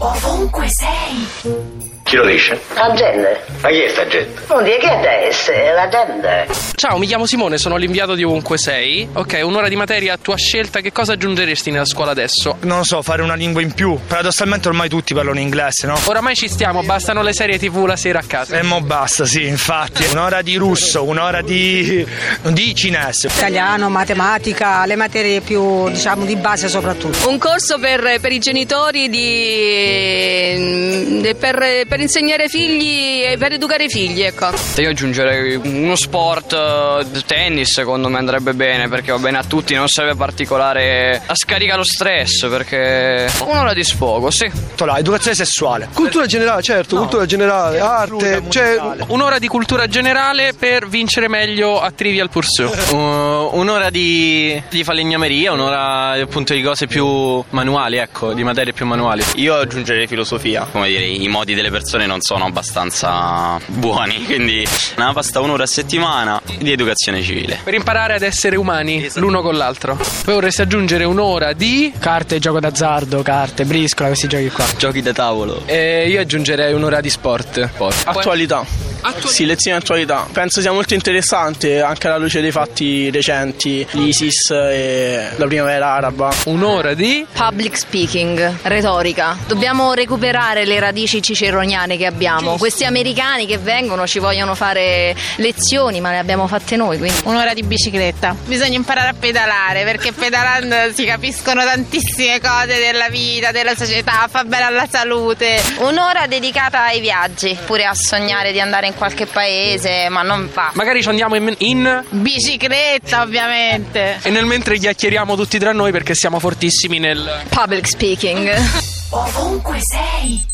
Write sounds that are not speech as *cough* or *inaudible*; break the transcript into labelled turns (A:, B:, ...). A: Ovunque sei.
B: Chi lo dice?
C: La gente.
B: Ma chi è sta gente?
C: Non dire che è adesso, è la gente.
D: Ciao, mi chiamo Simone, sono l'inviato di Ovunque Sei. Ok, un'ora di materia a tua scelta, che cosa aggiungeresti nella scuola adesso?
E: non so, certo, fare una lingua in più. Paradossalmente ormai tutti parlano inglese, no?
D: Oramai ci stiamo, bastano le serie tv la sera a casa.
E: E mo basta, sì, infatti. Un'ora di russo, un'ora di. di cinese.
F: italiano, matematica, le materie più diciamo di base soprattutto.
G: Un corso per, per i genitori di, Ehm, per, per insegnare ai figli, e per educare i figli, ecco.
H: Io aggiungerei uno sport, eh, tennis secondo me andrebbe bene perché va bene a tutti, non serve particolare a scarica lo stress perché un'ora di sfogo, sì.
E: Tutto là, educazione sessuale.
I: Cultura generale, certo, cultura generale, arte,
E: Includa
I: cioè
E: musicale.
D: Un'ora di cultura generale per vincere meglio a Trivial Pursuit.
E: *laughs*
J: Eh, un'ora di, di falegnameria, un'ora appunto di cose più manuali, ecco, di materie più manuali.
H: Io aggiungerei filosofia.
B: Come dire, i modi delle persone non sono abbastanza buoni, *laughs* quindi una pasta un'ora a settimana di educazione civile.
D: Per imparare ad essere umani
E: Esatto.
D: l'uno con l'altro. Poi vorresti aggiungere un'ora di.
J: Carte, gioco d'azzardo, carte, briscola, questi giochi qua.
H: Giochi da tavolo.
J: io aggiungerei un'ora di sport.
D: Attualità.
J: Sì, lezione di attualità. Penso sia molto interessante anche alla luce dei fatti recenti, l'ISIS e la primavera araba.
D: Un'ora di.
G: Public speaking, retorica. Dobbiamo recuperare le radici ciceroniane che abbiamo. Questi americani che vengono ci vogliono fare lezioni, ma le abbiamo fatte noi, quindi.
F: Un'ora di bicicletta.
G: Bisogna imparare a pedalare, perché pedalando si capiscono tantissime cose della vita, della società, fa bene alla salute. Un'ora dedicata ai viaggi, pure a sognare di andare in qualche paese, ma non fa.
D: Magari ci andiamo in- in
G: Bicicletta, ovviamente.
D: E nel mentre chiacchieriamo tutti tra noi perché siamo fortissimi nel...
G: Public speaking.
A: Ovunque sei.